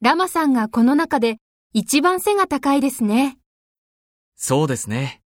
ラマさんがこの中で一番背が高いですね。そうですね。